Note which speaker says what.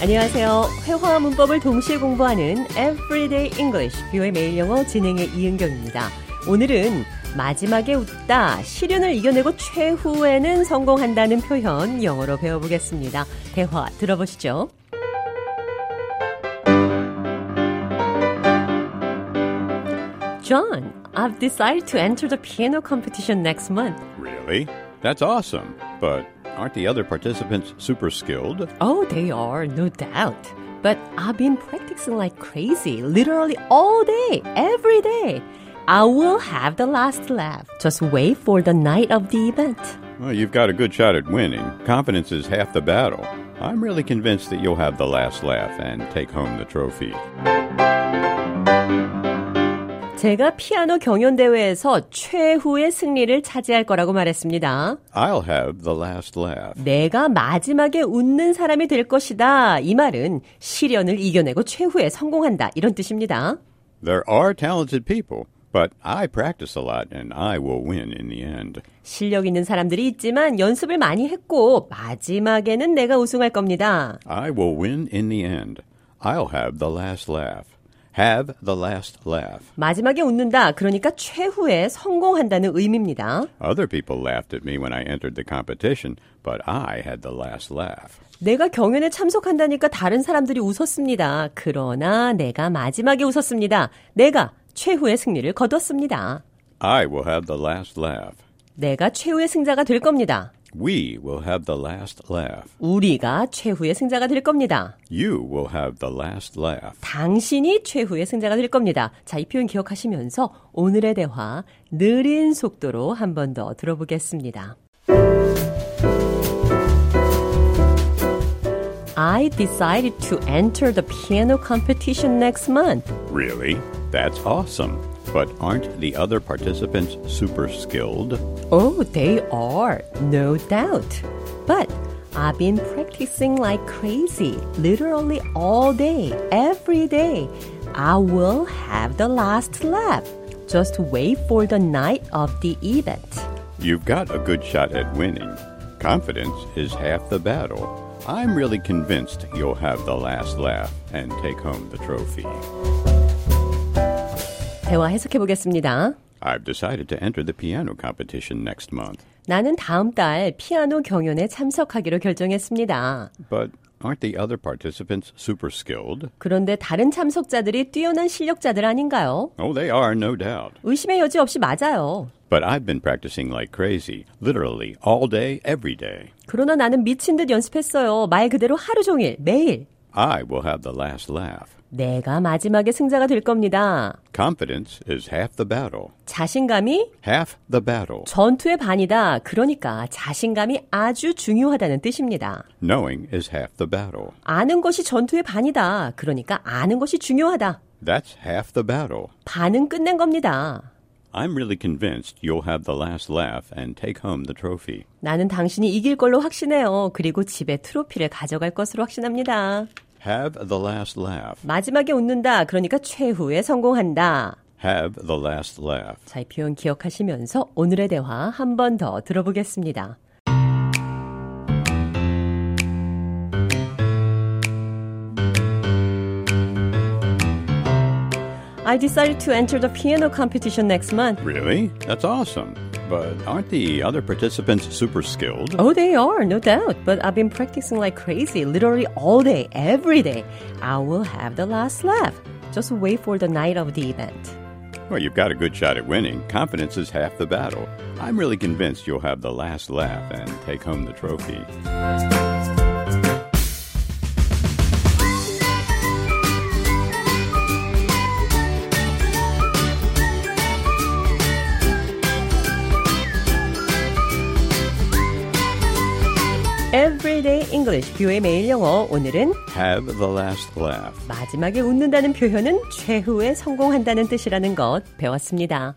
Speaker 1: 안녕하세요. 회화와 문법을 동시에 공부하는 Everyday English, 뷰의 매일 영어 진행의 이은경입니다. 오늘은 마지막에 웃다, 시련을 이겨내고 최후에는 성공한다는 표현 영어로 배워보겠습니다. 대화 들어보시죠. John, I've decided to enter the piano competition next month.
Speaker 2: Really? That's awesome. But aren't the other participants super skilled?
Speaker 1: Oh, they are, no doubt. But I've been practicing like crazy, literally all day, every day. I will have the last laugh. Just wait for the night of the event.
Speaker 2: Well, you've got a good shot at winning. Confidence is half the battle. I'm really convinced that you'll have the last laugh and take home the trophy.
Speaker 1: 제가 피아노 경연 대회에서 최후의 승리를 차지할 거라고 말했습니다.
Speaker 2: I'll have the last laugh.
Speaker 1: 내가 마지막에 웃는 사람이 될 것이다. 이 말은 시련을 이겨내고 최후에 성공한다. 이런 뜻입니다.
Speaker 2: There are talented people, but I practice a lot and I will win in the end.
Speaker 1: 실력 있는 사람들이 있지만 연습을 많이 했고 마지막에는 내가 우승할 겁니다.
Speaker 2: I will win in the end. I'll have the last laugh. Have the last laugh.
Speaker 1: 마지막에 웃는다. 그러니까 최후에 성공한다는 의미입니다.
Speaker 2: Other people laughed at me when I entered the competition, but I had the last laugh.
Speaker 1: 내가 경연에 참석한다니까 다른 사람들이 웃었습니다. 그러나 내가 마지막에 웃었습니다. 내가 최후의 승리를 거뒀습니다.
Speaker 2: I will have the last laugh.
Speaker 1: 내가 최후의 승자가 될 겁니다.
Speaker 2: We will have the last laugh.
Speaker 1: 우리가 최후의 승자가 될 겁니다.
Speaker 2: You will have the last laugh.
Speaker 1: 당신이 최후의 승자가 될 겁니다. 자, 이 표현 기억하시면서 오늘의 대화 느린 속도로 한 번 더 들어보겠습니다. I decided to enter the piano competition next month.
Speaker 2: Really? That's awesome. But aren't the other participants super skilled?
Speaker 1: Oh, they are, no doubt. But I've been practicing like crazy, literally all day, every day. I will have the last lap. Just wait for the night of the event.
Speaker 2: You've got a good shot at winning. Confidence is half the battle. I'm really convinced you'll have the last laugh and take home the trophy.
Speaker 1: 대화 해석해 보겠습니다.
Speaker 2: I've decided to enter the piano competition next month.
Speaker 1: 나는 다음 달 피아노 경연에 참석하기로 결정했습니다.
Speaker 2: But aren't the other participants super skilled?
Speaker 1: 그런데 다른 참석자들이 뛰어난 실력자들 아닌가요?
Speaker 2: Oh, they are, no doubt.
Speaker 1: 의심의 여지 없이 맞아요.
Speaker 2: But I've been practicing like crazy, literally all day, every day.
Speaker 1: 그러나 나는 미친 듯 연습했어요. 말 그대로 하루 종일, 매일.
Speaker 2: I will have the last laugh.
Speaker 1: 내가 마지막에 승자가 될 겁니다.
Speaker 2: Confidence is half the battle.
Speaker 1: 자신감이
Speaker 2: Half the battle.
Speaker 1: 전투의 반이다. 그러니까 자신감이 아주 중요하다는 뜻입니다.
Speaker 2: Knowing is half the battle.
Speaker 1: 아는 것이 전투의 반이다. 그러니까 아는 것이 중요하다.
Speaker 2: That's half the battle.
Speaker 1: 반은 끝낸 겁니다.
Speaker 2: I'm really convinced you'll have the last laugh and take home the trophy.
Speaker 1: 나는 당신이 이길 걸로 확신해요. 그리고 집에 트로피를 가져갈 것으로 확신합니다.
Speaker 2: Have the last laugh.
Speaker 1: 마지막에 웃는다. 그러니까 최후에 성공한다.
Speaker 2: Have the last laugh.
Speaker 1: 자, 이 표현 기억하시면서 오늘의 대화 한 번 더 들어보겠습니다. I decided to enter the piano competition next month.
Speaker 2: Really? That's awesome. But aren't the other participants super skilled?
Speaker 1: Oh, they are, no doubt. But I've been practicing like crazy, literally all day, every day. I will have the last laugh. Just wait for the night of the event.
Speaker 2: Well, you've got a good shot at winning. Confidence is half the battle. I'm really convinced you'll have the last laugh and take home the trophy.
Speaker 1: Everyday English, 뷰의 매일 영어. 오늘은
Speaker 2: Have the last laugh.
Speaker 1: 마지막에 웃는다는 표현은 최후에 성공한다는 뜻이라는 것 배웠습니다.